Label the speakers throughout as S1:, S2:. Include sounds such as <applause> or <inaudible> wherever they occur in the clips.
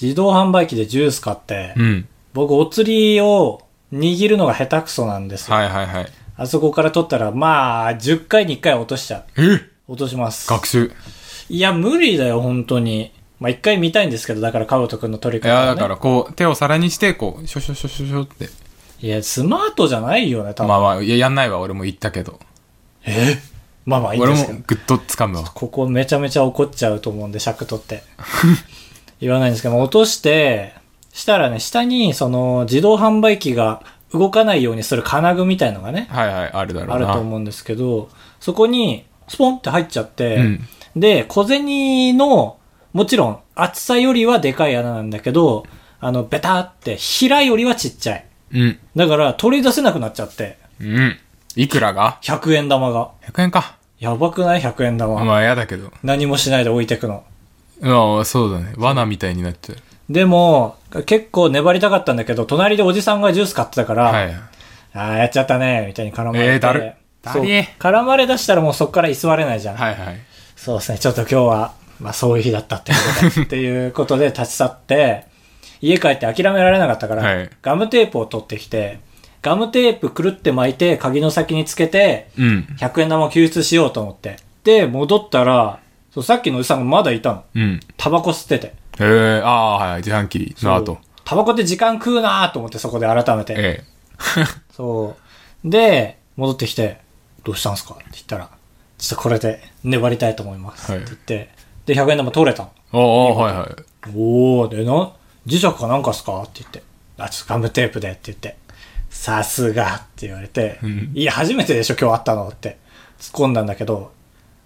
S1: 自動販売機でジュース買って、
S2: うん。
S1: 僕お釣りを握るのが下手くそなんですよ。
S2: はいはいはい。
S1: あそこから取ったら、まあ、10回に1回落としちゃう。
S2: え
S1: 落とします。
S2: 学習。
S1: いや、無理だよ、本当に。まあ、一回見たいんですけど、だから、かぶとくんの取り
S2: い
S1: 方、ね。
S2: や、だからこう、手を皿にして、こう、しょしょしょしょしょって。
S1: いや、スマートじゃないよね、多分。
S2: まあまあ、いややんないわ、俺も言ったけど。
S1: えまあまあ、いいん
S2: 俺
S1: です
S2: も
S1: けど。
S2: ぐっと掴むわ。
S1: ここめちゃめちゃ怒っちゃうと思うんで、尺取
S2: <laughs>
S1: って。言わないんですけど、落として、したらね、下に、その、自動販売機が動かないようにする金具みたいのがね、
S2: はいはい、あるだろ
S1: あ
S2: う
S1: る
S2: な。
S1: と思うんですけど、そこに、スポンって入っちゃって、
S2: うん。
S1: で、小銭の、もちろん、厚さよりはでかい穴なんだけど、あの、ベタって、平よりはちっちゃい。
S2: うん。
S1: だから、取り出せなくなっちゃって、
S2: うん。いくらが
S1: 100円玉が。
S2: ?100 円か。
S1: やばくない ?100 円玉。
S2: まあ、嫌だけど。
S1: 何もしないで置いてくの。
S2: まあ、そうだね。罠みたいになっちゃう。
S1: でも、結構粘りたかったんだけど、隣でおじさんがジュース買ってたから、
S2: はい。
S1: ああ、やっちゃったね、みたいに絡まれて。
S2: えーだるだ
S1: そう
S2: りー
S1: 絡まれ出したらもうそこから居座れないじゃん。
S2: はいはい。
S1: そうですね、ちょっと今日は、まあそういう日だったってことで <laughs> っていうことで立ち去って、家帰って諦められなかったから、
S2: はい
S1: ガムテープを取ってきて、ガムテープくるって巻いて、鍵の先につけて、
S2: うん。
S1: 100円玉を救出しようと思って。で、戻ったら、そうさっきのおじさんがまだいたの。
S2: うん。
S1: タバコ吸ってて。
S2: ええああ、はい。自販機の後。
S1: タバコって時間食うなーと思ってそこで改めて。
S2: え
S1: そう。で、戻ってきて、どうしたんすかって言ったら、ちょっとこれで粘りたいと思います。
S2: はい
S1: って言って、で、100円玉取れたの。
S2: えおおはいはい。
S1: おー、で、な、磁石かなんかっすかって言って、あ、ちょっとガムテープでって言って、さすがって言われて、
S2: ん
S1: いや、初めてでしょ、今日会ったのって突っ込んだんだけど、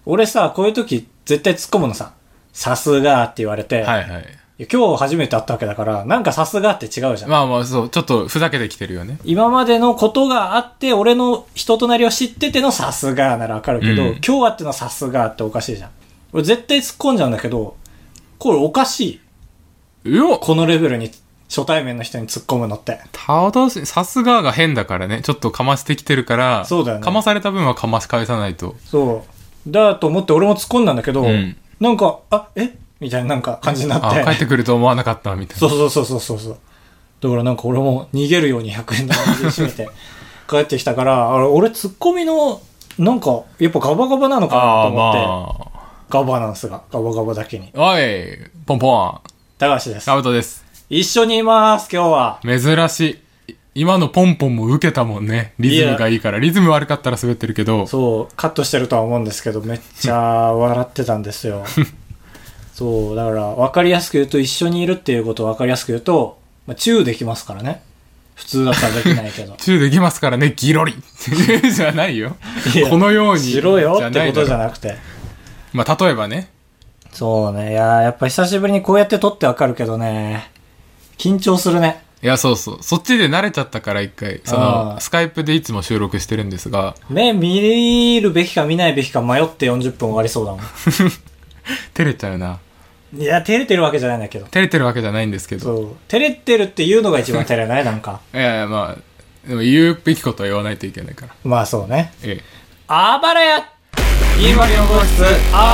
S1: 俺さ、こういう時絶対突っ込むのさ、さすがって言われて、
S2: はいいはい。
S1: や今日初めて会ったわけだから、なんかさすがって違うじゃん。
S2: まあまあ、そう。ちょっとふざけてきてるよね。
S1: 今までのことがあって、俺の人となりを知っててのさすがならわかるけど、
S2: うん
S1: 今日はってのはさすがっておかしいじゃん。俺絶対突っ込んじゃうんだけど、これおかしい。
S2: うお
S1: このレベルに初対面の人に突っ込むのって。
S2: ただし、さすがが変だからね。ちょっとかましてきてるから。
S1: そうだよね
S2: かまされた分はかまし返さないと。
S1: そう。だと思って俺も突っ込んだんだけど、
S2: うん
S1: なんか、あ、えみたいななんか感じにな
S2: あ
S1: って。
S2: 帰ってくると思わなかった、みた
S1: <laughs>
S2: いな。
S1: そうそうそうそうそうそう。だからなんか俺も逃げるように100円玉握りしめ
S2: <laughs>
S1: て帰ってきたから、あれ俺突っ込みの、なんか、やっぱガバガバなのかな
S2: あ
S1: と
S2: あ、
S1: 思って。
S2: ま
S1: ガバナンスが、ガバガバだけに。
S2: あ。おい、ポンポン。
S1: 高橋です
S2: カ。ブトです。
S1: 一緒にいます、今日は。
S2: 珍しい。い今のポンポンも受けたもんね。リズムがいいから。リズム悪かったら滑ってるけど。。
S1: そう、カットしてるとは思うんですけど、めっちゃ笑ってたんですよ。そう、だから、わかりやすく言うと、一緒にいるっていうことをわかりやすく言うと、まあ、チューできますからね。普通だったらできないけど
S2: <laughs> チューできますからね、ギ
S1: <laughs>
S2: ロリ。じゃないよ
S1: いや。
S2: このように。
S1: しろよってことじゃ
S2: ないだろ
S1: なくて。
S2: まあ、例えばね。
S1: そうね、いやーやっぱ久しぶりにこうやって撮ってわかるけどね。緊張するね。
S2: いや、そうそう。そっちで慣れちゃったから、一回。そ
S1: あ
S2: の、
S1: ー
S2: スカイプでいつも収録してるんですが、
S1: 目見るべきか見ないべきか迷って40分終わりそうだもん。
S2: 照れちゃうな。 <laughs>
S1: いや、照れてるわけじゃないんだけど。
S2: 照れてるわけじゃないんですけど。
S1: そう。照れてるっていうのが一番照れないなん
S2: <laughs>
S1: か。
S2: いやいや、まあ、でも言うべきことは言わないといけないから。
S1: まあそうね。
S2: ええ。
S1: あばらや
S2: インバリオ号室 R!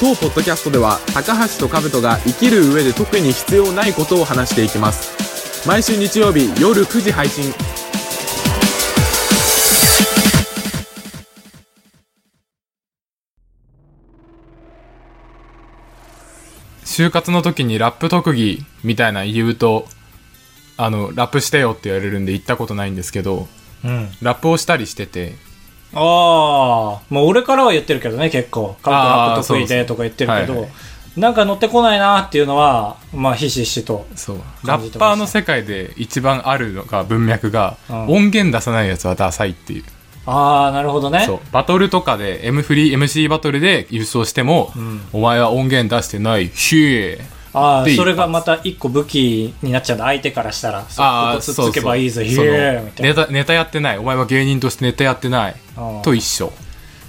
S3: 当ポッドキャストでは高橋と兜が生きる上で特に必要ないことを話していきます毎週日曜日夜9時配信
S2: 就活の時にラップ特技みたいなの言うと、あの、ラップしてよって言われるんで行ったことないんですけど、
S1: うん。
S2: ラップをしたりしてて、
S1: ああ、もう俺からは言ってるけどね、結構。カラップ得意でとか言ってるけ
S2: そうそう
S1: ど
S2: は、
S1: なんか乗ってこないなっていうのは、まあひしひしと。
S2: そう。ラ
S1: 感じてま
S2: ッ
S1: した
S2: パーの世界で一番あるのが文脈が、
S1: うん
S2: 音源出さないやつはダサいっていう。
S1: ああ、なるほどね。
S2: そう。バトルとかで、M フリー、MC バトルで優勝しても、
S1: ん
S2: お前は音源出してないし、
S1: ああ、
S2: で
S1: それがまた一個武器になっちゃうんだ、相手からしたら。そう
S2: あ
S1: こ
S2: あ、
S1: こつっ
S2: そう
S1: つけばいいぜ、ひ
S2: そう
S1: え
S2: そ
S1: み
S2: の
S1: たい
S2: ネ
S1: な。
S2: タ、ネタやってない。お前は芸人としてネタやってない
S1: うん。
S2: と一緒。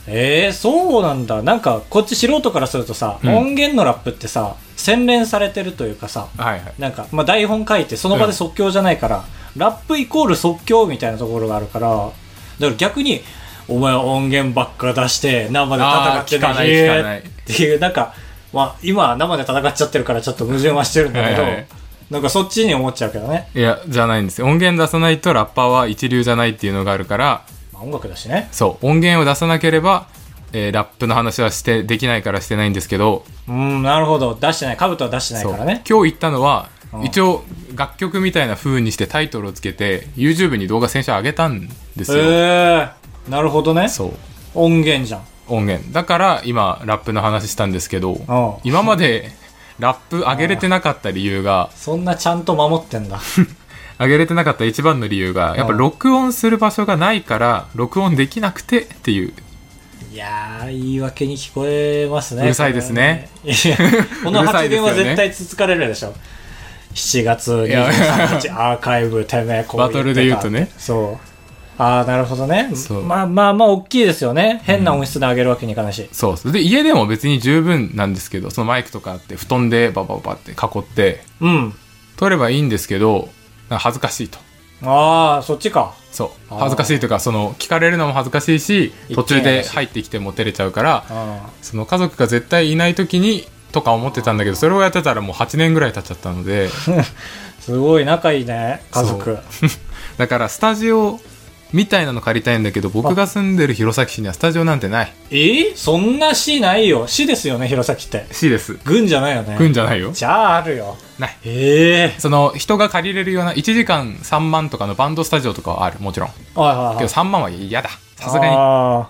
S1: ええそうなんだ。なんか、こっち素人からするとさ、
S2: うん
S1: 音源のラップってさ、洗練されてるというかさ、
S2: はいはい。
S1: なんか、まあ、台本書いてその場で即興じゃないから、ラップイコール即興みたいなところがあるからだから逆にお前は音源ばっか出して生で戦
S2: あ
S1: っ
S2: ー
S1: て
S2: 聞かない
S1: へー
S2: 聞かない
S1: っていうなんか、まあ、今は生で戦っちゃってるからちょっと矛盾はしてるんだけど、
S2: はいはい
S1: なんかそっちに思っちゃうけどね、
S2: いやじゃないんですよ音源出さないとラッパーは一流じゃないっていうのがあるから
S1: まあ、音楽だしね
S2: そう音源を出さなければ、えーラップの話はしてできないからしてないんですけど
S1: うんなるほど出してない兜は出してない
S2: そう
S1: からね
S2: 今日言ったのは、
S1: うん
S2: 一応楽曲みたいな風にしてタイトルをつけて YouTube に動画先週上げたんです
S1: へ
S2: よ、
S1: えー、なるほどね
S2: そう
S1: 音源じゃん
S2: 音源だから今ラップの話したんですけど
S1: ん
S2: 今までラップ上げれてなかった理由が
S1: そんなちゃんと守ってんだ
S2: 上げれてなかった一番の理由がやっぱ
S1: うん
S2: 録音する場所がないから録音できなくてっていう
S1: いやー言い訳に聞こえますね
S2: うるさいですね
S1: これね
S2: <laughs>
S1: いやこの
S2: うるさ
S1: 発
S2: いで
S1: 言
S2: すよね
S1: は絶対つつかれるでしょ7月23日アーカイブてめえこう言ってた
S2: バトルで言うとね
S1: そうああなるほどね
S2: そう
S1: まあまあまあ大きいですよね変な音質で上げるわけにいかないし、
S2: そうそうで家でも別に十分なんですけどそのマイクとかあって布団でババババって囲って
S1: うん。
S2: 撮ればいいんですけどなんか恥ずかしいと
S1: ああ、そっちか。
S2: そう
S1: あー
S2: 恥ずかしいというかその聞かれるのも恥ずかしいし
S1: 一
S2: 途
S1: 軒
S2: 中
S1: 家
S2: で
S1: だし
S2: 入ってきても照れちゃうから
S1: うん。
S2: その家族が絶対いない時にとか思ってたんだけどそれをやってたらもう8年ぐらい経っちゃった
S1: <laughs>
S2: のです
S1: ごい仲いいね、家族。
S2: だからスタジオみたいなの借りたいんだけど僕が住んでる弘前市にはスタジオなん
S1: <laughs>
S2: てない
S1: えーそんな市ないよ。市ですよね、弘前って。
S2: 市です
S1: 郡じゃないよね。
S2: くんじゃないよ
S1: じゃああるよ。
S2: ない
S1: ええ
S2: その人が借りれるような1時間3万とかのバンドスタジオとかはあるもちろん
S1: はいはいは
S2: け
S1: い
S2: ど。3万は嫌ださすがに
S1: あー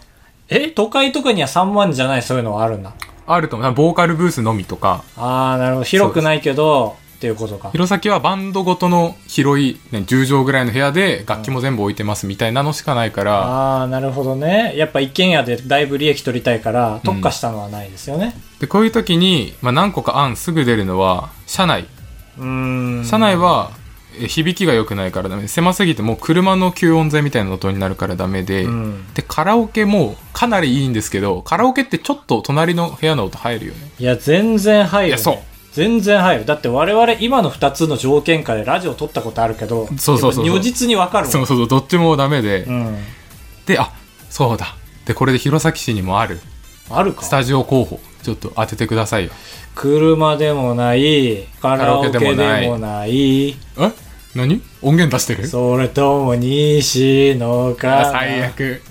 S1: え、都会とかには3万じゃないそういうのはあるんだ。
S2: あると思うボーカルブースのみとか
S1: ああ、なるほど。広くないけど、っていうことか。
S2: 弘前はバンドごとの広い、ね、10畳ぐらいの部屋で楽器も全部置いてますみたいなのしかないから
S1: ああ、なるほどね。やっぱ一軒家でだいぶ利益取りたいから、特化したのはないですよね。
S2: でこういう時に、まあ、何個か案すぐ出るのは車内
S1: うーん。
S2: 車内はえ響きが良くないからダメ狭すぎてもう車の吸音材みたいな音になるからダメで、
S1: うん。
S2: でカラオケもかなりいいんですけどカラオケってちょっと隣の部屋の音入るよね
S1: いや、全然入る、ね。
S2: いやそう
S1: 全然入る。だって我々今の2つの条件下でラジオ撮ったことあるけど、
S2: そうそうそう
S1: やっぱ如実にわかるもん
S2: そうそうそうどっちもダメで、
S1: うん。
S2: であそうだでこれで弘前市にもある
S1: ある
S2: ス
S1: か。
S2: タジオ候補ちょっと当ててくださいよ
S1: 車でもない、カラオケでも
S2: カラオ
S1: な
S2: ケ
S1: い、
S2: でもえ何音源出してる
S1: それとも西野
S2: あ
S1: か。
S2: 最。悪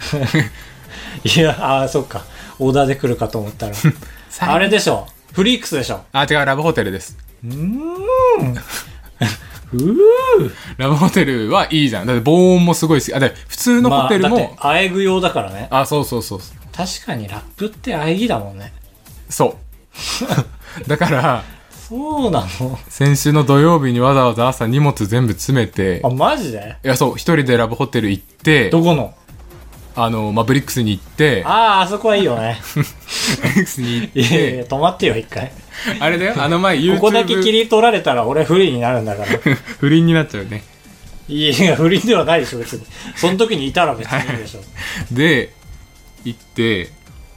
S1: いや、あー、そっか。オーダーで来るかと思ったら。
S2: 最悪
S1: あれでしょ。フリークスでしょ。
S2: あ違うラブホテルです
S1: うーん。ふぅ。
S2: ラブホテルはいいじゃんだって防音もすごいしあで普通のホテル
S1: まあ、だっ
S2: も
S1: て、、あえぐ用だからね。
S2: あそうそうそうそう
S1: 確かにラップってあえぎだもんね。
S2: そう <laughs> だから
S1: そうなの
S2: 先週の土曜日にわざわざ朝荷物全部詰めて
S1: あ、マジで
S2: いやそう一人でラブホテル行って
S1: どこの
S2: あの、まあ、ブリックスに行って
S1: ああ、あそこはいいよね。
S2: <laughs> ブリックスに行
S1: <laughs> い
S2: っ
S1: やいや、
S2: て
S1: 止まってよ、一回。
S2: あれだよあの前 YouTube
S1: ここだけ切り取られたら俺不利になるんだから。
S2: <laughs> 不倫になっちゃうね
S1: いやいや、不利ではないでしょ、別に。その時にいたら別にいいでしょ。
S2: で行って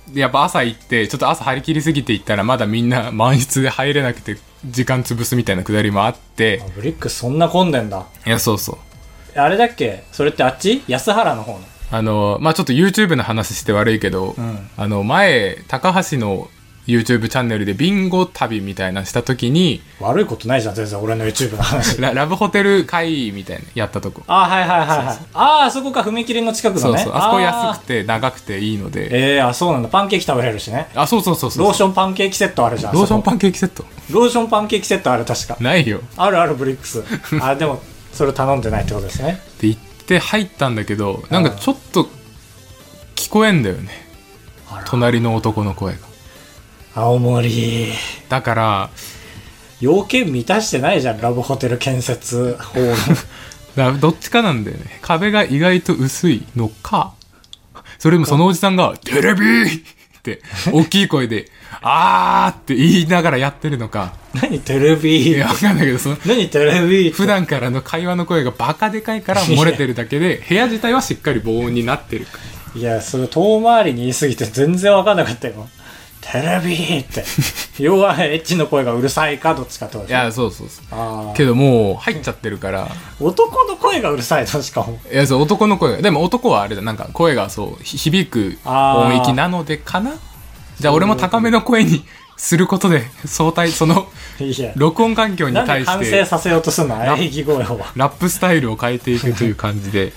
S2: でやっぱ朝行ってちょっと朝張り切りすぎて行ったらまだみんな <laughs> 満室で入れなくて時間潰すみたいなくだりもあって
S1: <laughs> あブリックスそんな混んでんだ。
S2: いやそうそう
S1: あれだっけそれってあっち安原の方の。
S2: あのまあちょっと YouTube の話して悪いけど、
S1: ん
S2: あの前高橋の YouTube チャンネルでビンゴ旅みたいなのした時に
S1: 悪いことないじゃん、全然俺の YouTube の話。
S2: ララブホテル会みたいなのやったとこ、
S1: ああ、はいはいはいはい。ああ、あそこか、踏切の近く
S2: そ
S1: の
S2: う
S1: ね。
S2: そうあそこ安
S1: く
S2: くて長くていいので
S1: ええー、あ、そうなんだ。パンケーキ食べれるしね。
S2: あそうそうそうそう
S1: ローションパンケーキセットあるじゃん。
S2: ローション
S1: ン
S2: パンケーキセット
S1: ローションパンケーキセットある、確か。
S2: ないよ
S1: あるあるブリック
S2: <laughs>
S1: ス。あ、でも、それ頼んでないってことですね。
S2: って言って入ったんだけどなんかちょっと聞こえんだよね
S1: あら
S2: 隣の男の声が
S1: 青森。
S2: だから
S1: 要件満たしてないじゃん、ラブホテル建設
S2: <laughs>
S1: 法の。
S2: だどっちかなんだよね壁が意外と薄いのかそれもそのおじさんが「テレビ!」 <laughs> って大きい声で「あー!」って言いながらやってるのか
S1: 何テレ
S2: い
S1: ビ
S2: やわかんないけどその
S1: 何テレビ
S2: 普段からの会話の声がバカでかいから漏れてるだけで部屋自体はしっかり防音になってる
S1: いや、それ遠回りに言いすぎて全然わかんなかったよ。テレビ
S2: <laughs>
S1: って。要は、エッチの声がうるさいか、どっちかってこと
S2: い
S1: でしょ
S2: や、そうそうそう。
S1: あ
S2: けどもう入っちゃってるから、
S1: ー男の声がうるさいとしかも。
S2: いや、そう、男の声が、でも男はあれだ、なんか声がそう、ひ響く
S1: あー
S2: 音域なのでかなじゃあ俺も高めの声にすることで、相対、その、
S1: いや。
S2: 録音環境に
S1: なん
S2: 対
S1: で
S2: し
S1: 完成
S2: て、
S1: させようとすんの
S2: な
S1: 喘ぎ声を。
S2: ラップスタイルを変えていくという感じで、
S1: あー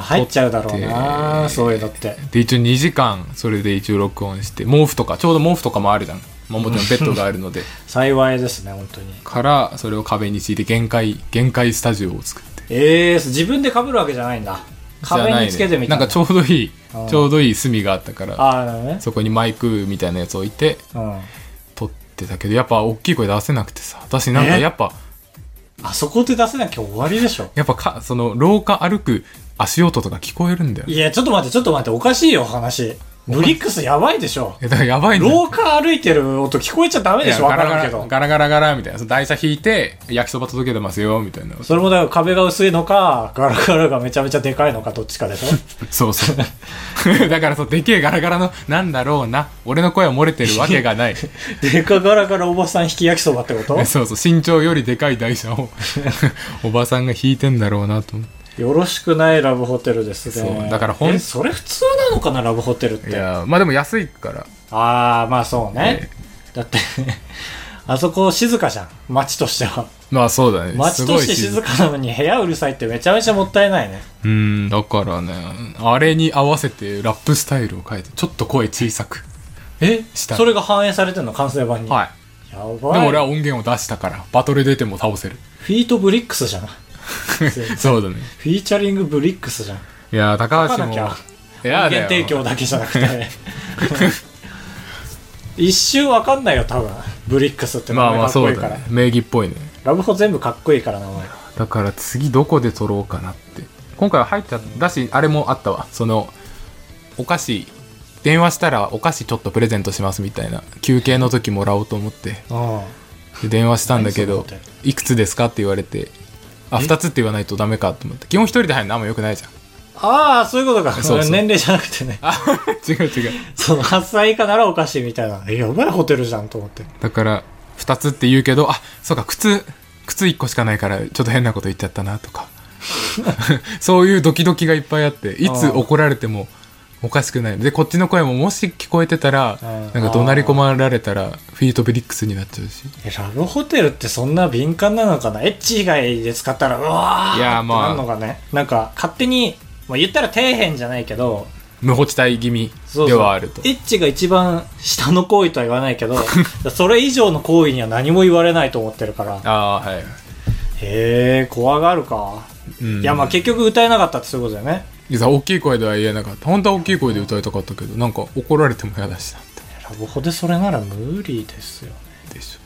S1: 入っちゃうだろう
S2: 撮っ
S1: な
S2: て
S1: そういうのって。
S2: で、一応2時間、それで一応録音して、毛布とか、ちょうど毛布とかもあるじゃん。まあもちろんベッドがあるので。
S1: 幸いですね、本当に。
S2: から、それを壁に敷いて、限界、限界スタジオを作って。
S1: ええ自分で被るわけじゃないんだ。壁につけてみ
S2: じ
S1: た
S2: ゃないねなんかちょうどいい
S1: あー、
S2: ちょうどいい隅があったから、
S1: ああ、なるほどね。
S2: そこにマイクみたいなやつ置いて、
S1: うん。
S2: 撮ってたけどやっぱ大きい声出せなくてさ私なんか
S1: え
S2: やっぱ
S1: あそこで出せなきゃ終わりでしょ。
S2: やっぱかその廊下歩く足音とか聞こえるんだよね
S1: いや、ちょっと待って、ちょっと待って、おかしいよ、話。ブリックスやばいでしょ。
S2: いやだからやばいんだよ
S1: 廊下歩いてる音聞こえちゃダメでしょ、わ
S2: ガ
S1: か
S2: ラ
S1: ら
S2: ガ
S1: んけ
S2: ラ
S1: ど。
S2: ガラガラガラみたいなその台車引いて焼きそば届けてますよみたいな
S1: それもだから壁が薄いのか、ガラガラがめちゃめちゃでかいのか、どっちかでしょ。
S2: そうそうだからそう <laughs> でけえガラガラのなんだろうな俺の声は漏れてるわけ
S1: <laughs>
S2: がない
S1: でかガラガラおばさん引き焼きそばって
S2: <laughs>
S1: こと
S2: そうそう身長よりでかい台車を <laughs> おばさんが引いてんだろうなと思って
S1: よろしくないラブホテルです
S2: そ
S1: ね。
S2: うだからほん
S1: えそれ普通なのかな、ラブホテルっ
S2: い
S1: て。あ
S2: やまあでも安いから
S1: あー、まあそうね。だって、 <laughs> あそこ静かじゃん、街としては。
S2: まあそうだね
S1: 街として
S2: すご
S1: 静
S2: い
S1: かなのに部屋うるさいってめちゃめちゃもったいないね。
S2: うん、だからね、あれに合わせてラップスタイルを変えて、ちょっと声小さく。
S1: え
S2: した
S1: それが反映されてんの完成版に。
S2: はい。
S1: や
S2: でも
S1: ば
S2: 俺
S1: い。
S2: は音源を出したから、バトル出ても倒せる。
S1: フィートブリックスじゃん。
S2: そうだね。
S1: フィーチャリングブリックスじゃん。
S2: いやー、高
S1: 書
S2: 橋
S1: か
S2: も。
S1: ないきゃ。
S2: や
S1: 音
S2: だ
S1: 源提
S2: よ。
S1: 供だけじゃなく
S2: <laughs>
S1: て。一瞬わかんないよ、多分。ブリックスって名
S2: まあ
S1: 前
S2: ま
S1: か
S2: あ
S1: っこ
S2: そ
S1: いいうから。
S2: だね。名義っぽいね。
S1: ラブホ全部かっこいいから、名前。
S2: だから次どこで撮ろうかなって。今回は入っちゃっただし、あれもあったわ。その、お菓子、電話したらお菓子ちょっとプレゼントしますみたいな。休憩の時もらおうと思って。で電話したんだけ
S1: 何
S2: ど
S1: そのホテ
S2: 「いくつですか?」って言われて「あ2つって言わないとダメか」と思って基本一人で入るのあんまよくないじゃん
S1: ああ、そういうことか。
S2: そうそう
S1: 年齢じゃなくてね。 <laughs>
S2: あ <laughs> 違う違う
S1: その8歳以下ならおかしいみたいな。えやばいホテルじゃんと思って。
S2: だから2つって言うけどあそうか靴靴1個しかないからちょっと変なこと言っちゃったなと
S1: <laughs>
S2: かそういうドキドキがいっぱいあっていつ
S1: あー
S2: 怒られてもおかしくないでこっちの声ももし聞こえてたら
S1: ー
S2: なんか怒鳴り込まれたらフィートブリックスになっちゃうし
S1: えラブホテルってそんな敏感なのかなエッチ以外で使ったら、うわー
S2: いやーまあ
S1: ってなるのかね。なんか、勝手に、まあ、言ったら底辺じゃないけど、
S2: 無法地帯気味
S1: そうそう
S2: ではあると
S1: エッチが一番下の行為とは言わないけ
S2: <laughs>
S1: ど、それ以上の行為には何も言われないと思ってるから。
S2: ああーはい、
S1: へえ、怖がるか。
S2: うん
S1: いや、まあ結局歌えなかったってそういうことだよね。
S2: いや大きい声では言えなかった本当は大きい声で歌いたかったけどなんか怒られても嫌だしなって
S1: ラブホでそれなら無理ですよ。
S2: でし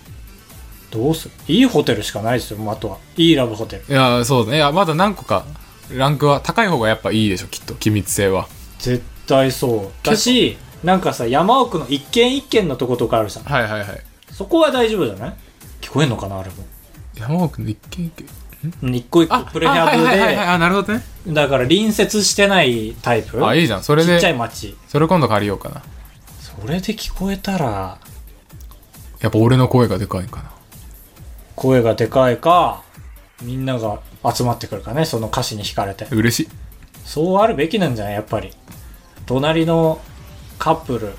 S1: どうするいいホテルしかないですよ、もうあとは。いいラブホテル。
S2: ょいやそうだねいやまだ何個かランクは高い方がやっぱいいでしょきっと機密性は
S1: 絶対そう。だし、なんかさ、山奥の一軒一軒のとことかあるじゃん。
S2: はいはいはい
S1: そこは大丈夫じゃない聞こえんのかな、あれも。
S2: 山奥の一軒一軒
S1: うん一個一個
S2: あ
S1: プレハブ
S2: あはいはいはいはい
S1: で、
S2: あなるほどね
S1: だから隣接してないタイプ。
S2: あいいじゃんそれ
S1: ちっちゃい
S2: で
S1: 町。
S2: それ今度借りようかな
S1: それで聞こえたら、
S2: やっぱ俺の声がでかいんかな
S1: 声がでかいか、みんなが集まってくるかね、その歌詞に惹かれて。
S2: 嬉しい
S1: そうあるべきなんじゃないやっぱり。隣のカップル、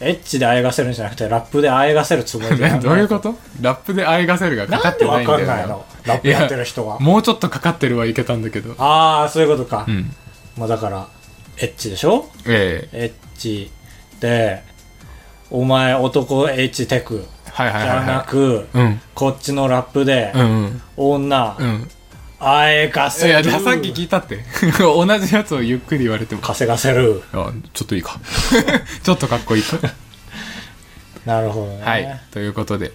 S1: エッチであやがせるんじゃなくて、ラップであやがせるつもりでやんない。
S2: <laughs> どういうことラップであいがせるがかか
S1: な
S2: っ
S1: んで
S2: てな
S1: わ
S2: いんだ
S1: か
S2: よ
S1: んないのラップやってる人は。
S2: もうちょっとかかってるはいけたんだけど
S1: ああ、そういうことか。
S2: うん
S1: まあだから、エッチでしょ
S2: え
S1: エ
S2: え
S1: ッチで、お前男エッチテク
S2: はい
S1: じ
S2: はい
S1: ゃ
S2: はい
S1: な
S2: は
S1: く、
S2: いうん
S1: こっちのラップで、
S2: うんうん
S1: 女、
S2: うん
S1: あえか
S2: い
S1: せ
S2: や、
S1: る。
S2: じゃあさっき聞いたって。 <laughs> 同じやつをゆっくり言われても。
S1: 稼がせる。
S2: あちょっといいか。 <laughs> ちょっとかっこいいか。
S1: なるほどね。
S2: はい。ということで、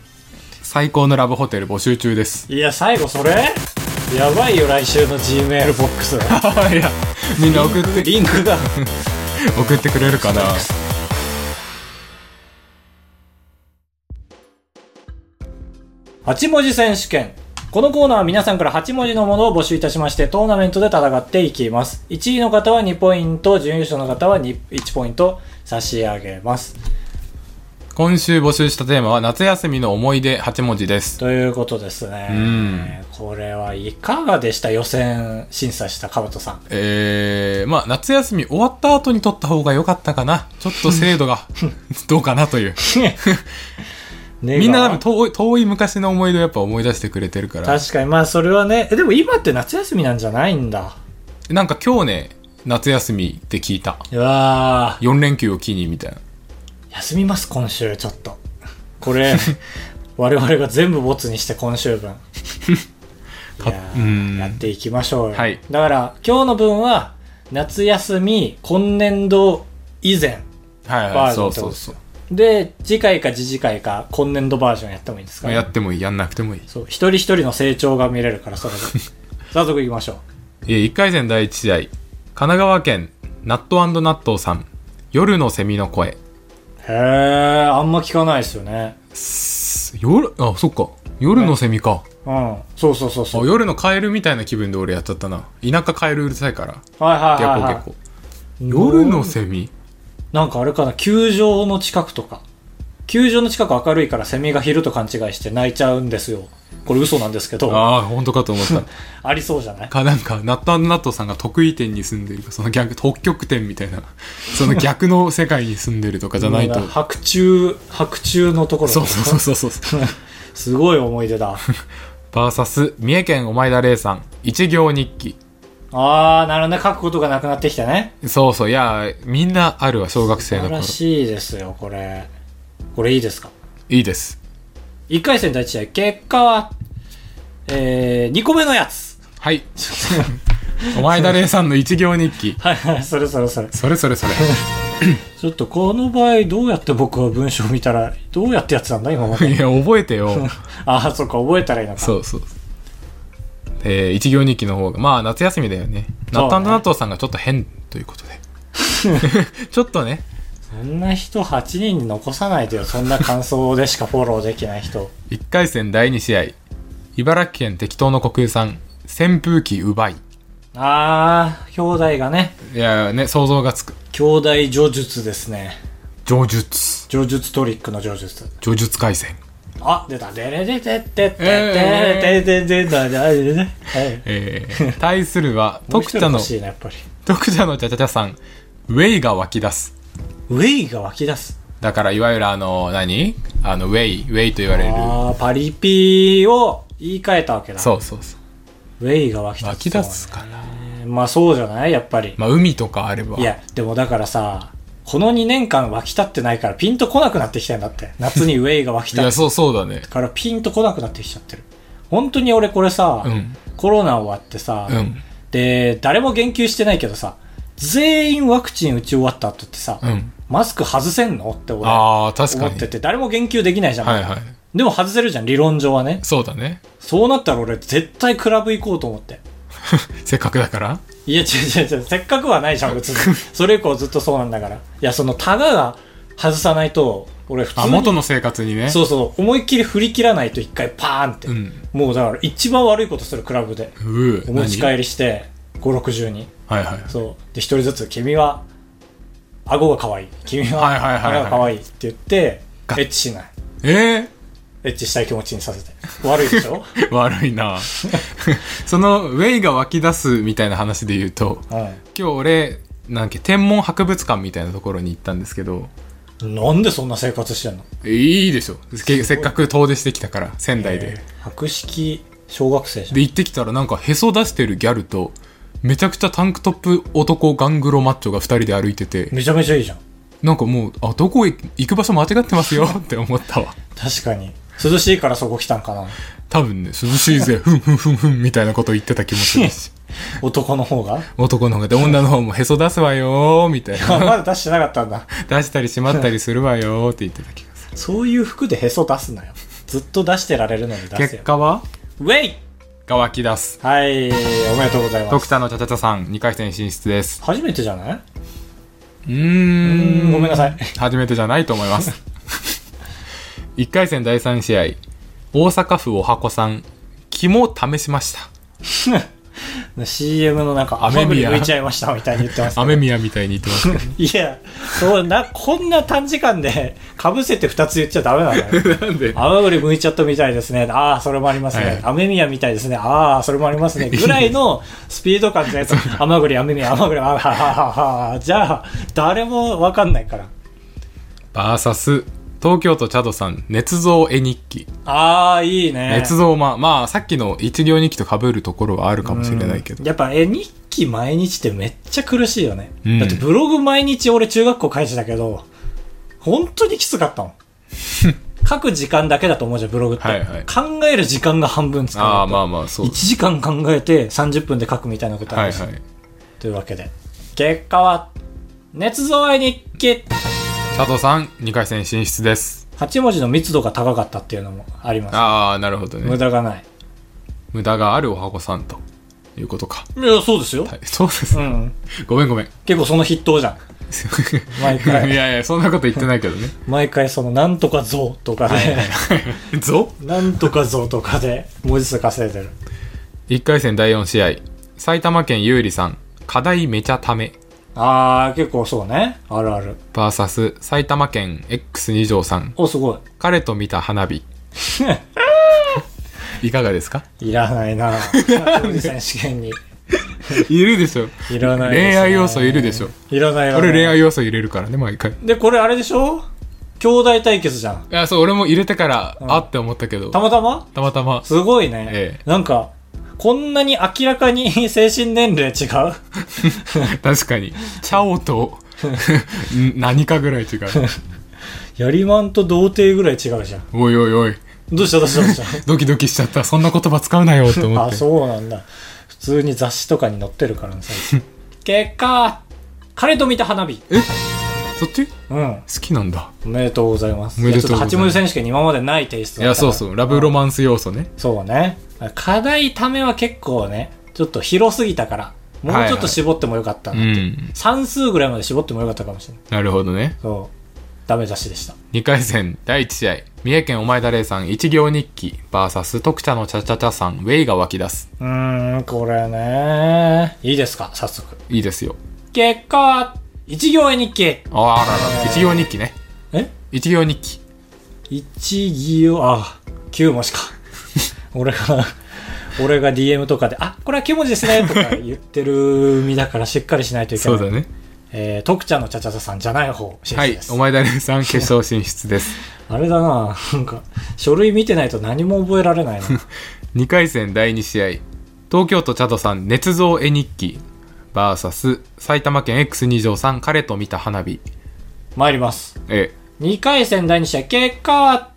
S2: 最高のラブホテル募集中です。 <laughs>
S1: いや、最後それやばいよ、来週の G メールボックス。
S2: いや、みんな送って、
S1: <laughs> リンクが。
S2: 送ってくれるかな。
S1: 8文字選手権このコーナーは皆さんから8文字のものを募集いたしましてトーナメントで戦っていきます1位の方は2ポイント準優勝の方は2 1ポイント差し上げます
S2: 今週募集したテーマは夏休みの思い出8文字です。
S1: ということですね。
S2: うん
S1: これはいかがでした予選審査したカブトさ <laughs> ん。
S2: えー、まあ夏休み終わった後に撮った方が良かったかな。ちょっと精
S1: <laughs>
S2: 度がどうかなという。
S1: ね
S2: みんな多
S1: 今
S2: 分遠い遠い昔の思い出をやっぱ思い出してくれてるから。
S1: 確かに、まあそれはね、えでも今って夏休みなんじゃないんだ。
S2: なんか今日ね、夏休みって聞いた。
S1: うわー
S2: 4連休を機にみたいな。
S1: 休みます、今週、ちょっと。これ、 <laughs> 我々が全部ボツにして今週
S2: <laughs>
S1: 分。いやー
S2: うん
S1: やっていきましょうよ。
S2: はい
S1: だから、今日の分は、夏休み、今年度以前。
S2: はい
S1: バ
S2: は
S1: ー
S2: い、
S1: ジョン
S2: そう
S1: って
S2: そ
S1: こと
S2: う
S1: です
S2: そう。
S1: で、次回か次々回か、今年度バージョンやってもいいですか、
S2: まあやってもいい、やんなくてもいい。
S1: そう、一人一人の成長が見れるから、それ
S2: <laughs>
S1: で。早速行きましょう。
S2: えー1回戦第1試合神奈川県ナットナットさん夜のセミの声
S1: へえ、あんま聞かないですよね。
S2: 夜あそっか夜のセミか、
S1: うん。そうそうそう
S2: あ
S1: そう。
S2: 夜のカエルみたいな気分で俺やっちゃったな田舎カエルうるさいから
S1: はいはい
S2: 結
S1: はい、
S2: 構
S1: はい
S2: 結構夜のセミ
S1: なんかあれかな、球場の近くとか。球場の近く明るいからセミが昼と勘違いして泣いちゃうんですよ。これ嘘なんですけど、あ
S2: ああ本当かと思った
S1: りそうじゃない
S2: かなんかナットナットさんが得意点に住んでるその逆北極点みたいなその逆の世界に住んでるとかじゃな
S1: <laughs>
S2: いと
S1: うん白昼、白昼のところ。
S2: そうそうそうそうそう
S1: すごい思い出
S2: <laughs>
S1: だ。
S2: VS 三重県お前田礼さん一行日記
S1: あー、なるほどね。書くことがなくなってきたね。
S2: そうそう、いや、みんなあるわ、小学
S1: 素
S2: 生の
S1: 晴
S2: 頃
S1: ら。しいですよ、これ。これいいですか
S2: いいです。
S1: 1回戦第1試合、結果は、えー、2個目のやつ。
S2: はい。 <laughs> お前田礼さんの一行日記。
S1: はいはい、それそれそれ。
S2: それそれそ
S1: <laughs>
S2: れ。
S1: ちょっとこの場合、どうやって僕は文章を見たら、どうやってやってたんだ、今まで。
S2: いや、覚え
S1: <laughs>
S2: てよ。
S1: ああ、そっか、覚えたらいいのか。
S2: そうそう。えー、一行日記の方が、まあ、夏休みだよね。
S1: そう
S2: ナ
S1: ね
S2: ッタンナットさんがちょっと変とい
S1: <laughs>
S2: うことで。ちょっとね、
S1: そんな人8人に残さないでよ。そんな感想でしかフォローできない人。
S2: 1回戦第2試合。茨城県適当の国有さん、扇風機奪い。
S1: ああ、兄弟がね、
S2: いや、ね、想像がつく。
S1: 兄弟叙述ですね。
S2: 上術。
S1: 叙述トリックの叙述。
S2: 上術回戦。
S1: あ、出た。でれでてってってってででででで
S2: えー、対するは、
S1: <laughs> もう
S2: 徳
S1: 一人
S2: 田の
S1: 欲しいな、やっぱり。
S2: 読者のチャチャチャさん、ウェイが湧き出す。
S1: ウェイが湧き出す。
S2: だから、いわゆるあの、何あの、ウェイ、ウェイと言われる。
S1: ああ、パリピを言い換えたわけだ。
S2: そうそうそう。
S1: ウェイが湧き出す。
S2: 湧き出すかな。
S1: まあそうじゃないやっぱり。
S2: まあ、海とかあれば。
S1: いや、でもだからさ、この2年間湧き立ってないからピンとこなくなってきたんだって。夏にウェイが湧き
S2: い
S1: 立
S2: や、
S1: って
S2: そうそうだね。
S1: からピンとこなくなってきちゃってる。本当に俺これさ、
S2: うん
S1: コロナ終わってさ、
S2: うん。
S1: で、誰も言及してないけどさ、全員ワクチン打ち終わった後ってさ、
S2: うん
S1: マスク外せんのって俺
S2: ああ、確
S1: 思
S2: か
S1: っ
S2: に
S1: て。て、誰も言及できないじゃん。
S2: はいはい。
S1: でも外せるじゃん、理論上はね。
S2: そうだね。
S1: そうなったら俺絶対クラブ行こうと思って。
S2: せっかくだから。
S1: いや、違う違う違う。せっかくはないじゃん、別
S2: <laughs>
S1: に。それ以降ずっとそうなんだから。いや、その、タガが外さないと、俺普通
S2: あ、
S1: に
S2: 元の生活にね。
S1: そうそう、思いっきり振り切らないと一回パーンって。
S2: うん。
S1: もうだから、一番悪いことするクラブで。
S2: うー
S1: お持ち
S2: 何
S1: 帰りして、5、60人。
S2: はいはい。
S1: そう。で、一人ずつ、君は、顎が可愛い。君
S2: はいは
S1: は、
S2: いはいはい
S1: 鼻が可愛いって言って、
S2: が
S1: エッチしない。
S2: え
S1: エッチしたい気持ちにさせて。悪いでし
S2: <laughs>
S1: ょ
S2: ー、悪
S1: <laughs>
S2: いなその、ウェイが湧き出すみたいな話で言うと、
S1: う
S2: 今日俺、なんだっけ、天文博物館みたいなところに行ったんですけど、
S1: ん。なんでそんな生活してんの
S2: いいでしょせせっかく遠出してきたから仙台で、
S1: 博識小学生じゃん。
S2: で行ってきたらなんかへそ出してるギャルとめちゃくちゃタンクトップ男ガングロマッチョが2人で歩いてて
S1: めちゃめちゃいいじゃん。
S2: なんかもうあどこへ行く場所間違ってますよって思ったわ
S1: 確かに。涼しいからそこ来たんかな。
S2: 多分ね涼しいぜふんふんふんふんみたいなこと言ってた気もするし
S1: 男の方 <laughs> が
S2: 男の方がで女の方もへそ出すわよーみたい
S1: <laughs> あ
S2: な
S1: まだ出してなかったんだ。
S2: 出したりしまったりするわよーって言ってた気がする
S1: そういう服でへそ出すなよ。ずっと出してられるのに出せ
S2: 結
S1: よ。
S2: 果は
S1: ウェイ
S2: が湧き出す
S1: はい、おめでとうございま
S2: ド
S1: す。
S2: クターのチャチャチャさん2回戦進出です
S1: 初めてじゃないう
S2: ーん
S1: ごめんなさい。
S2: 初めてじゃないと思います <laughs> 1回戦第3試合大阪府おはこさん肝を試しました
S1: CM のなんか、
S2: 雨宮
S1: ハブに浮いちゃいましたみたいに言ってますけど。
S2: 雨宮みたいに言ってますけど
S1: いや、そうな、こんな短時間で被せて2つ言っちゃダメなのよ。
S2: なんで
S1: 雨降り向いちゃったみたいですね。ああ、それもありますね。
S2: はい
S1: 雨宮みたいですね。ああ、それもあります
S2: <laughs>
S1: ね。ぐらいのスピード感のやつ。雨降り、雨宮、雨降り、あはははは。じゃあ、誰もわかんないから。
S2: バーサス東京都チャドさん捏造絵日記
S1: ああ、いいね。
S2: 捏造まあまあさっきの一行日記と被るところはあるかもしれないけど、
S1: うんやっぱ絵日記毎日ってめっちゃ苦しいよね、
S2: うん
S1: だってブログ毎日俺中学校書いてたけど本当にきつかったもん
S2: <laughs>
S1: 書く時間だけだと思うじゃんブログって、
S2: はいはい
S1: 考える時間が半分使う
S2: ああまあまあそう
S1: 1時間考えて30分で書くみたいなことあるんです
S2: はい
S1: よ
S2: はい
S1: というわけで結果は捏造絵日記
S2: 佐藤さん2回戦進出です
S1: 8文字の密度が高かったっていうのもあります
S2: ああなるほど
S1: 無
S2: ね
S1: 駄がない
S2: 無駄があるおはこさんということか、
S1: いやそうですよ、
S2: はい、そうです、
S1: うん
S2: ごめんごめん
S1: 結構その筆頭じゃん毎
S2: い
S1: 回
S2: やいやそんなこと言ってないけどね
S1: 毎回そのなんとか像とかで、
S2: <laughs> ぞ
S1: <laughs> なんとか像とかで文字数稼いでる。
S2: 1回戦第4試合埼玉県優里さん課題めちゃため
S1: あー、結構そうね。あるある。
S2: VS 埼玉県 X2 条さん
S1: お、すご
S2: 彼と見た花 <laughs> 火いかがですか
S1: い。いらないなおじ選手権に。
S2: いるでしょ
S1: いらないですね
S2: 恋愛要素いるでしょ。
S1: いらないいらない
S2: 俺恋愛要素入れるからね毎回い
S1: で、これあれでしょ兄弟対決じゃん。
S2: やそう俺も入れてからあって思ったけど
S1: た
S2: た
S1: またます
S2: またます
S1: ごいね。
S2: え
S1: なんか、こんなに明らかに精神年齢違う <laughs>
S2: 確かにチャオ <laughs> とん何かぐらい違う
S1: やりまんと童貞ぐらい違うじゃん。
S2: おいおいおい
S1: どうしたどうしたどうし
S2: ドキドキしちゃったそんな言葉使うなよと
S1: た
S2: 思っ
S1: あ、
S2: て
S1: そうなんだ。普通に雑誌とかに載ってるからね、最近。
S2: <laughs>
S1: 結果、彼と見た花火。
S2: そっち好
S1: うん。
S2: きなんだ
S1: おめでとうございます。
S2: おめでとうござい
S1: や
S2: ます
S1: ちょっと八文字選手権に今までないテイスト
S2: い
S1: だっ
S2: や
S1: たか
S2: そ
S1: ら
S2: うそうラブロマンス要素ね
S1: そうね。課題ためは結構ね、ちょっと広すぎたから、もうちょっと絞ってもよかった
S2: う
S1: な。
S2: ん
S1: 算数ぐらいまで絞ってもよかったかもしれない。
S2: なるほどね
S1: そう。ダメ出しでした。
S2: 2回戦第1試合三重県お前田礼さん一行日記 VS 特茶のチャチャチャさんウェイが湧き出す
S1: うーん、これね。いいですか、早速。
S2: いいですよ
S1: 結果は、一行絵日記。
S2: あららら一行日記ね
S1: え
S2: 一行日記
S1: 一行、あ、9文字か。 <laughs> 俺が、俺が DM とかで、あ、これは9文字ですね、とか言ってる身だからしっかりしないといけ
S2: そ
S1: な
S2: う
S1: い
S2: だ。ね
S1: えー、徳ちゃんのちゃちゃちゃさんじゃない方、進
S2: は
S1: 出
S2: い
S1: です。
S2: お前田礼さん決勝進出です <laughs>
S1: あれだななんか、書類見てないと何も覚えられないな。
S2: 2回戦第2試合東京都チャドさん捏造絵日記 VS 埼玉県 X2 条さん彼と見た花火
S1: 参ります。
S2: え
S1: 2回戦第2試合、結果は、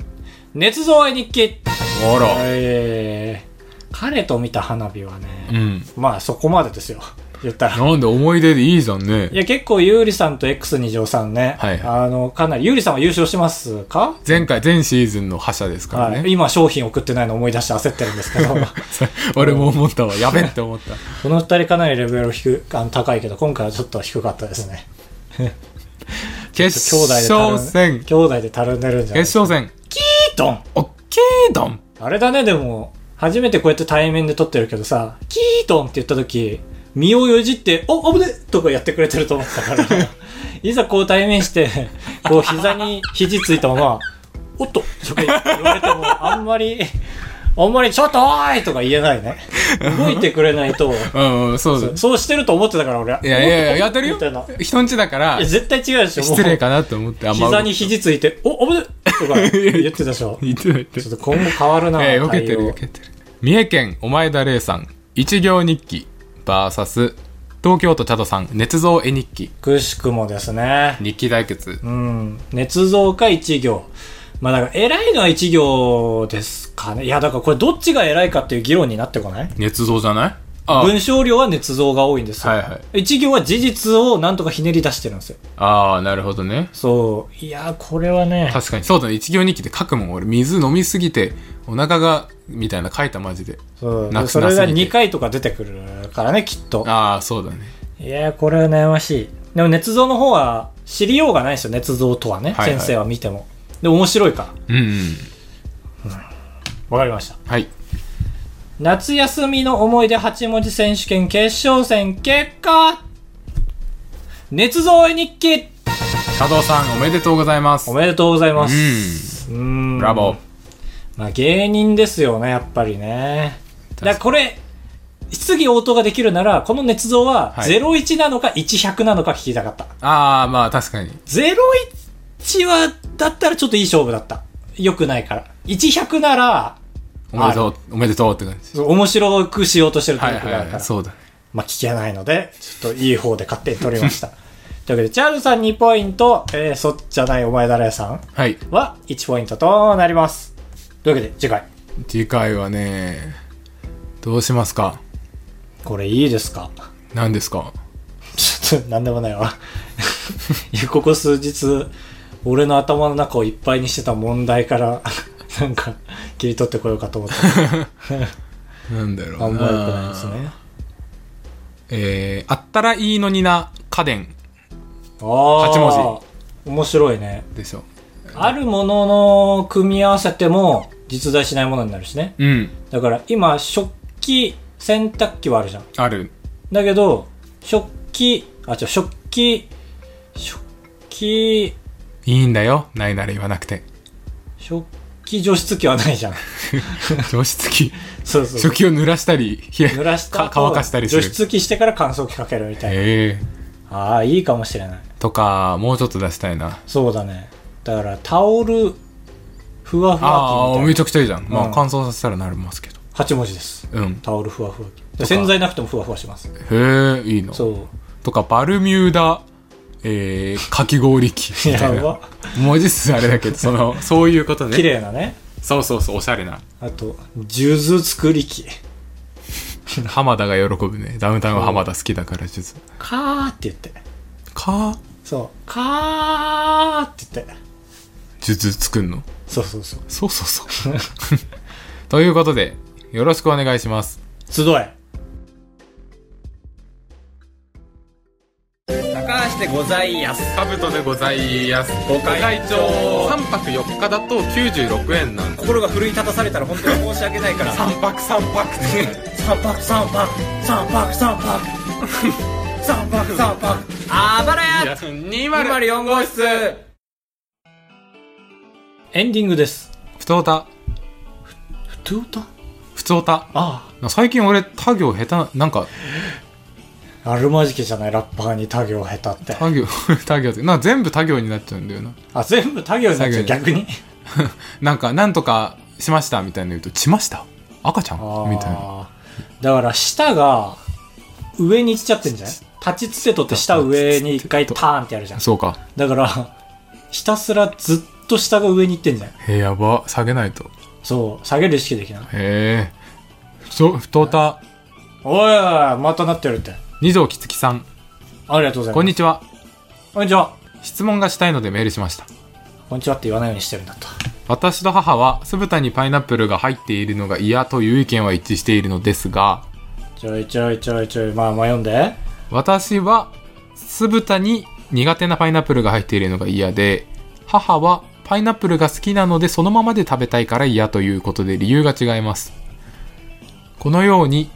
S1: 捏造絵日記。
S2: あら
S1: えー、彼と見た花火は
S2: う
S1: ね、
S2: ん
S1: まあそこまでですよ。言ったら。
S2: なんで思い出でいいじゃんね
S1: いや、結構、ゆうりさんと X2 乗さんね。
S2: はい
S1: あの、かなり、ゆうりさんは優勝してますか
S2: 前回全シーズンの覇者ですから
S1: はい。
S2: ね
S1: 今、商品送ってないの思い出して焦ってるんですけど。
S2: <laughs> 俺も思ったわやべって
S1: <laughs>
S2: 思った
S1: この二人かなりレベル低くあの高いけど、今回はちょっと低かったですね。
S2: 決
S1: 兄弟でたる
S2: 勝
S1: ん
S2: 戦
S1: 兄弟でたるんでるんじゃない
S2: 決勝戦
S1: キートン
S2: おっきいどん
S1: あれだね、でも、初めてこうやって対面で撮ってるけどさ、キートンって言った時、身をよじって、お、危ねえとかやってくれてると思ったから、
S2: <laughs>
S1: いざこう対面して、こう膝に肘ついたまま、おっととか言われても、あんまり、あんまり、ちょっとおーいとか言えないね。動いてくれないと、
S2: うんうんそうだ
S1: そうしてると思ってたから俺。
S2: いやいやいややってる
S1: みたいな
S2: よ人んちだから
S1: いや絶対違うでしょ。もう
S2: 失礼かなと思ってあんま
S1: 膝に肘ついて、お、危ねえとか言ってたでしょ。
S2: 言ってない言って
S1: ちょっと今後変わるな、
S2: ええ、よけてる
S1: 対応
S2: よけてる。三重県お前田礼さん、一行日記、バーサス、東京都チャドさん、捏造絵日記、
S1: くしくもですね。
S2: 日記対決。
S1: うん。捏造か一行。まあだから、偉いのは一行ですかね。いや、だからこれどっちが偉いかっていう議論になってこない
S2: 捏造じゃないあ
S1: 文章量は捏造が多いんですよ。
S2: はいはい
S1: 一行は事実をなんとかひねり出してるんですよ。
S2: あー、なるほどね。
S1: そう。いや、これはね。
S2: <laughs> 確かに、そうだね。一行日記で書くもん。俺、水飲みすぎて、お腹が、みたいな書いたマジで。
S1: そう
S2: なく
S1: それ
S2: な
S1: が
S2: すぎて
S1: 2回とか出てくるからね、きっと。
S2: あー、そうだね。
S1: いや、これは悩ましい。でも、捏造の方は知りようがないですよ、捏造とはね。
S2: はいはい
S1: 先生は見ても。で、面白いから。
S2: うん、うん。
S1: わかりました。
S2: はい。
S1: 夏休みの思い出8文字選手権決勝戦結果捏造絵日記
S2: 佐藤さん、おめでとうございます。
S1: おめでとうございます。うーん。
S2: ブラボー。
S1: まあ芸人ですよね、やっぱりね。だからこれ、質疑応答ができるなら、この捏造は
S2: はい
S1: 01なのか1100なのか聞きたかった。
S2: ああ、まあ確かに。
S1: 01は、だったらちょっといい勝負だった。良くないから。1100なら、
S2: おめでとう、おめでとうって感じ。
S1: そう面白くしようとしてるタ
S2: はい
S1: イプ
S2: は
S1: がある
S2: い
S1: か
S2: はい。
S1: ら。
S2: そうだね。
S1: まあ、聞けないので、ちょっといい方で勝手に取りました。 <laughs> というわけで、チャールさん2ポイント、えー、そっちゃないお前誰さん
S2: はい。
S1: は1ポイントとなります。というわけで、次回。
S2: 次回はね、どうしますか
S1: これいいですか <laughs>
S2: 何ですか
S1: ちょっと、なんでもないわ。い <laughs> やここ数日、俺の頭の中をいっぱいにしてた問題から、 <laughs> なんか、切り取ってこようかと思ったけ
S2: なんだろ
S1: ど。
S2: うな。
S1: あんま良くないですね。
S2: えー、あったらいいのにな家電
S1: <laughs> ああ。
S2: 八文
S1: 字。面白いね。
S2: でしょ。
S1: あるものの組み合わせても、実在しないものになるしね。
S2: うん。
S1: だから今食器洗濯機はあるじゃん
S2: ある。
S1: だけど食器あ違う食器食器
S2: いいんだよ。ないなら言わなくて。 <laughs>
S1: 食器除湿機はないじゃん
S2: 除湿機。
S1: そうそう
S2: 食器を濡らしたり、冷え、
S1: 濡らした
S2: か
S1: 後
S2: 乾かしたりする。
S1: 除湿機してから乾燥機かけるみたいな、
S2: ええ
S1: ああいいかもしれない
S2: とか、もうちょっと出したいな。
S1: そうだねだからタオルふわふ
S2: あ
S1: わ機
S2: あ、
S1: みた
S2: め
S1: いな
S2: ちゃくちゃいいじゃん。ま
S1: う
S2: あ
S1: ん
S2: 乾燥させたらなりますけど。
S1: 8文字です
S2: うん。
S1: タオルふわふわ機で洗剤なくてもふわふわします
S2: へえ、いいの。
S1: そ
S2: とか、バルミューダ、えー、かき氷機
S1: う
S2: み
S1: や
S2: たい <laughs> な。
S1: ば
S2: 文字数あれだけど、その、そういうこと
S1: <laughs> 綺
S2: ね。
S1: 麗なね
S2: そうそうそう、おしゃれな。
S1: あと数珠作り機
S2: 浜田が喜ぶね。ダウンタウンは浜田好きだから、術。
S1: カーって言って
S2: か、
S1: そう。かーって言って。
S2: 術作んの
S1: そうそうそう。
S2: そうそ
S1: <laughs>
S2: うそう。ということで、よろしくお願いします。
S1: 集え。
S3: 高橋でございやすカブトでございやすご会長3泊4日だと96円なんです
S1: 心が奮い立たされたら本当に申し訳ないから。
S3: 3泊3泊
S1: 三泊三泊、三泊三泊。三泊三泊。あばらや
S3: 204号室
S1: <laughs> エンディングです。
S2: ふつおた、
S1: トゥータ
S2: ふつおた。
S1: あ
S2: な最近俺、他行下手な、なんか、
S1: あ。あるまじきじゃない、ラッパーに他行下手って。
S2: 他行、 <laughs> 他行って、なんか全部他行になっちゃうんだよな。
S1: <laughs> あ、全部他行になっちゃう、
S2: 他行
S1: 逆に。
S2: なんか、なんとかしましたみたいな言うと、ちました赤ちゃんみたいな。
S1: <laughs> あーだから、下が、上に行っちゃってんじゃない立ちつてとって下上に一回ターンってやるじゃん。
S2: そうか。
S1: だから、ひたすらずっと下が上に行ってんじゃん。
S2: へえ、やば。下げないと。
S1: そう、下げる意識できない。
S2: へえ。ふと、ふとた、
S1: おいおいおい、またなってるって。
S2: 二条きつきさん。
S1: ありがとうございます。
S2: こんにちは。
S1: こんにちは。
S2: 質問がしたいのでメールしました。
S1: こんにちはって言わないようにしてるんだと。
S2: 私と母は酢豚にパイナップルが入っているのが嫌という意見は一致しているのですが、
S1: ちょいちょいちょいちょい、まあまあ読んで。
S2: 私は酢豚に苦手なパイナップルが入っているのが嫌で、母はパイナップルが好きなのでそのままで食べたいから嫌ということで理由が違います。このように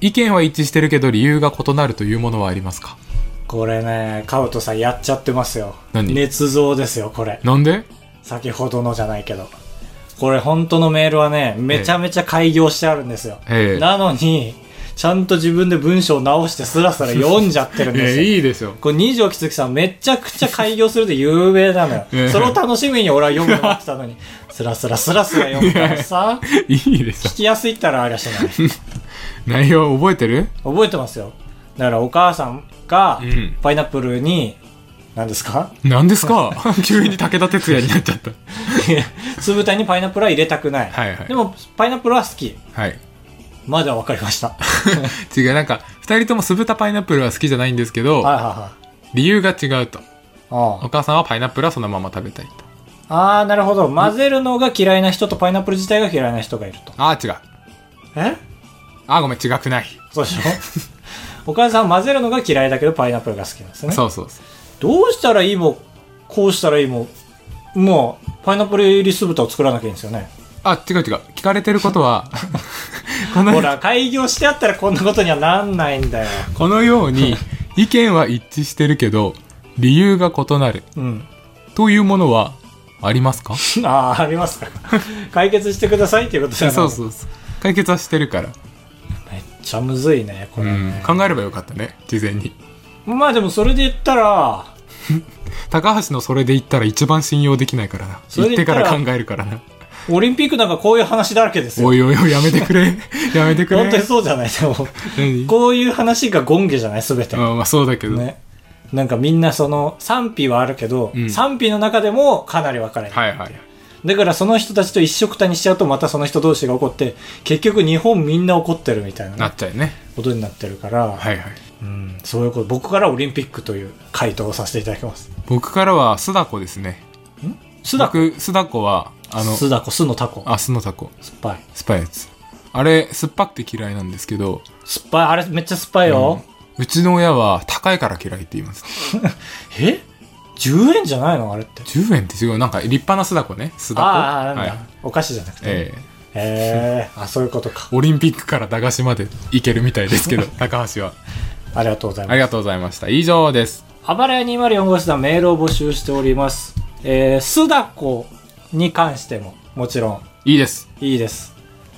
S2: 意見は一致してるけど理由が異なるというものはありますか
S1: これね、カウトさんやっちゃってますよ。
S2: 何
S1: 捏造ですよ、これ。
S2: なんで
S1: 先ほどのじゃないけど。これ本当のメールはね、めちゃめちゃ開業してあるんですよ。
S2: ええ
S1: なのに、ちゃんと自分で文章を直してスラスラ読んじゃってるん
S2: いや
S1: ですよ。
S2: いいでしょ。
S1: これ二条きつきさんめちゃくちゃ開業するで有名なの
S2: <laughs> え
S1: よ。
S2: え
S1: それを楽しみに俺は読むの待ってたのに、スラスラスラスラ読むから
S2: <laughs>
S1: さ、
S2: いいでしょ
S1: 聞。きやすいったらありゃしない。
S2: 内容覚えてる
S1: 覚えてますよ。だからお母さんが
S2: ん、
S1: パイナップルに、何ですか
S2: 何ですか <laughs> 急に武田鉄矢になっちゃった。
S1: <laughs> 酢豚にパイナップルは入れたくない。
S2: はいはい
S1: でも、パイナップルは好き。
S2: はい。
S1: まだわかりました。はい
S2: 違う、なんか、二人とも酢豚パイナップルは好きじゃないんですけど、
S1: はいはい。
S2: 理由が違うと。
S1: あ
S2: お母さんはパイナップルはそのまま食べたいと。
S1: ああー、なるほど。混ぜるのが嫌いな人とパイナップル自体が嫌いな人がいると。
S2: あー違う。
S1: え
S2: あーごめん、違くない。
S1: そうで
S2: <laughs>
S1: しょお母さんは混ぜるのが嫌いだけどパイナップルが好きなんですね。
S2: そうそうそう。
S1: どうしたらいいも、こうしたらいいも、もう、パイナップル入り酢豚を作らなきゃいいんですよね。
S2: あ、違う違う。聞かれてるこ
S1: <laughs>
S2: とは、こ
S1: ほ
S2: の、
S1: ら、開業してあったらこんなことにはなんないんだよ。
S2: このように、意見は一致してるけど、理由が異なる。
S1: うん。
S2: というものは、ありますか
S1: <laughs> ああ、ありますか。解決してくださいっていうことじゃない
S2: そうそうそう。解決はしてるから。
S1: めっちゃむずいね、こ
S2: う
S1: れ
S2: ん
S1: ね。。
S2: 考えればよかったね、事前に。
S1: まあでもそれで言ったら、
S2: 高橋のそれで言ったら一番信用できないからな。
S1: それ
S2: 言っ
S1: で
S2: て
S1: 言っ
S2: か
S1: たら
S2: ら考えるからな。
S1: オリンピックなんかこういう話だらけですよ
S2: お。いおいおい、やめてく
S1: <laughs>
S2: れ。やめてくれ。
S1: 本当にそうじゃないでも、
S2: 何
S1: こういう話がゴンゲじゃない、すべて。
S2: まあまあそうだけど。
S1: ね。なんかみんなその賛否はあるけど、
S2: うん
S1: 賛否の中でもかなり分かれる、
S2: はいはい。
S1: だからその人たちと一緒くたにしちゃうとまたその人同士が怒って結局日本みんな怒ってるみたいなね
S2: なっちゃうね。
S1: ことになってるから、
S2: はいはい。
S1: うん、そういうこと僕からオリンピックという回答をさせていただきます
S2: 僕からは、須田子ですね。
S1: 須田
S2: 僕、須田子は、あの、
S1: 須田子須のタコ
S2: あ、須のタコ。
S1: 酸っぱい
S2: 酸っぱいやつ。あれ、酸っぱくて嫌いなんですけど、
S1: 酸っぱいあれめっちゃ酸っぱいよ、
S2: うちの親は高いから嫌いって言います。
S1: え10円じゃないのあれって
S2: 10円って違う。なんか立派な須田子ね。須田子。
S1: ああなんだ、
S2: はい。
S1: お菓子じゃなくてへ
S2: ええ
S1: えあそういうことか
S2: オリンピックから駄菓子まで行けるみたいです
S1: <laughs>
S2: けど、高橋は。
S1: ありがとうございます
S2: ありがとうございました。以上です。
S1: あばらや204号室ではメールを募集しております。えー、すだこに関しても、もちろん、
S2: いいです。
S1: いいです。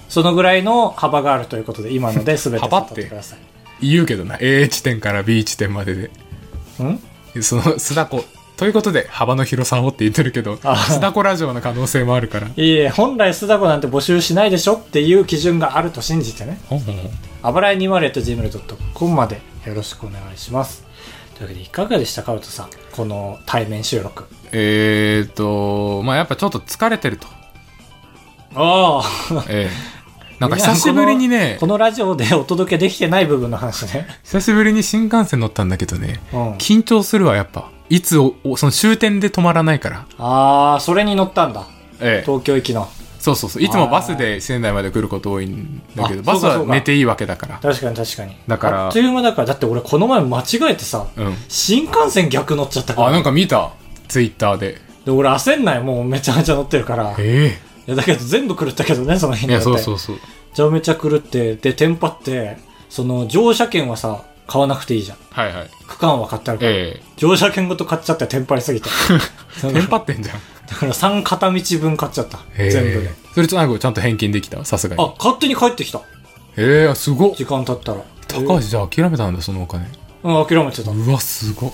S1: そのぐらいの幅があるということで、今
S2: <laughs>
S1: ので全て
S2: 幅っ
S1: 語
S2: て
S1: ってくださ
S2: 言うけどな。A 地点から B 地点までで。
S1: い。ん
S2: その、須田子。ということで、幅の広さをって言ってるけど、
S1: あ
S2: 須田子ラジオの可能性もあるから。
S1: いいえ、本来すだこなんて募集しないでしょっていう基準があると信じてね。
S2: ほんほんほん
S1: あばらや 204.gmail.com までよろしくお願いします。というわけで、いかがでしたか、うとさん。この対面収録。
S2: えーと、まあやっぱちょっと疲れてると。
S1: ああ。 <laughs>
S2: ええなんか久しぶりにね
S1: こ、のラジオでお届けできてない部分の話
S2: <laughs>
S1: ね。
S2: 久しぶりに新幹線乗ったんだけどね、
S1: うん。
S2: 緊張するわ、やっぱ。いつお、おその終点で止まらないから。
S1: ああ、それに乗ったんだ。
S2: ええ。
S1: 東京行きの。
S2: そうそうそう。いつもバスで仙台まで来ること多いんだけど、
S1: あ
S2: バス
S1: そうかそ
S2: は
S1: うか
S2: 寝ていいわけだから。
S1: 確かに確かに
S2: だから
S1: あっという間だからだって俺この前間違えてさ、
S2: うん。
S1: 新幹線逆乗っちゃったから
S2: あ、なんか見た。ツイッターで。
S1: で俺焦んないもうめちゃめちゃ乗ってるからい
S2: え
S1: やだけど全部狂ったけどねその日
S2: え
S1: に
S2: い
S1: よっ
S2: や、
S1: て
S2: そうそうそう。
S1: めちゃめちゃ狂ってでテンパってその乗車券はさ買わなくていいじゃん
S2: はいはい。
S1: 区間は買ってあるから、
S2: え
S1: 乗車券ごと買っちゃってテンパりすぎ
S2: <laughs>
S1: て
S2: え。テンパってんじゃん。
S1: だから3片道分買っちゃった、
S2: ええ
S1: 全部で
S2: それちょっとちゃんと返金できたさすがに
S1: あ。勝手に帰ってきた
S2: ええ、すごっ
S1: 時間経ったら
S2: 高橋じゃあ諦めたんだ、そのお金。
S1: うん諦めてた
S2: うわ、すごっ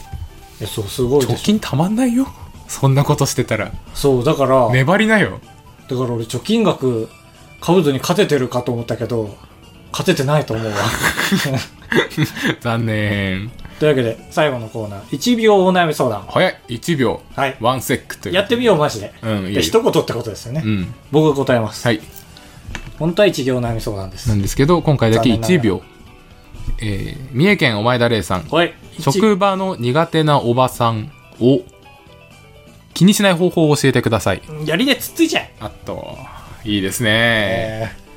S1: えそうすごいで
S2: 貯
S1: し
S2: 金たまんないよそんなことしてたら
S1: ょそうだから、
S2: 粘りなよ
S1: だから俺貯金額カブトに勝ててるかと思ったけど勝ててないと思う
S2: <laughs>
S1: わ
S2: 残念
S1: というわけで最後のコーナー1秒お悩み相談
S2: 早い1秒
S1: はい
S2: ワンセックという
S1: やってみようマジで、
S2: うんいい
S1: で
S2: よ
S1: 一言ってことですよね、
S2: うん
S1: 僕が答えます、
S2: はい
S1: 本当は1行お悩み相談で
S2: な
S1: す
S2: んですけど今回だけ
S1: 残念
S2: 1秒えー、三重県お前田礼さん
S1: はい
S2: 職場の苦手なおばさんを気にしない方法を教えてください
S1: 一やりでつっついちゃえ
S2: あっといいですね、
S1: えー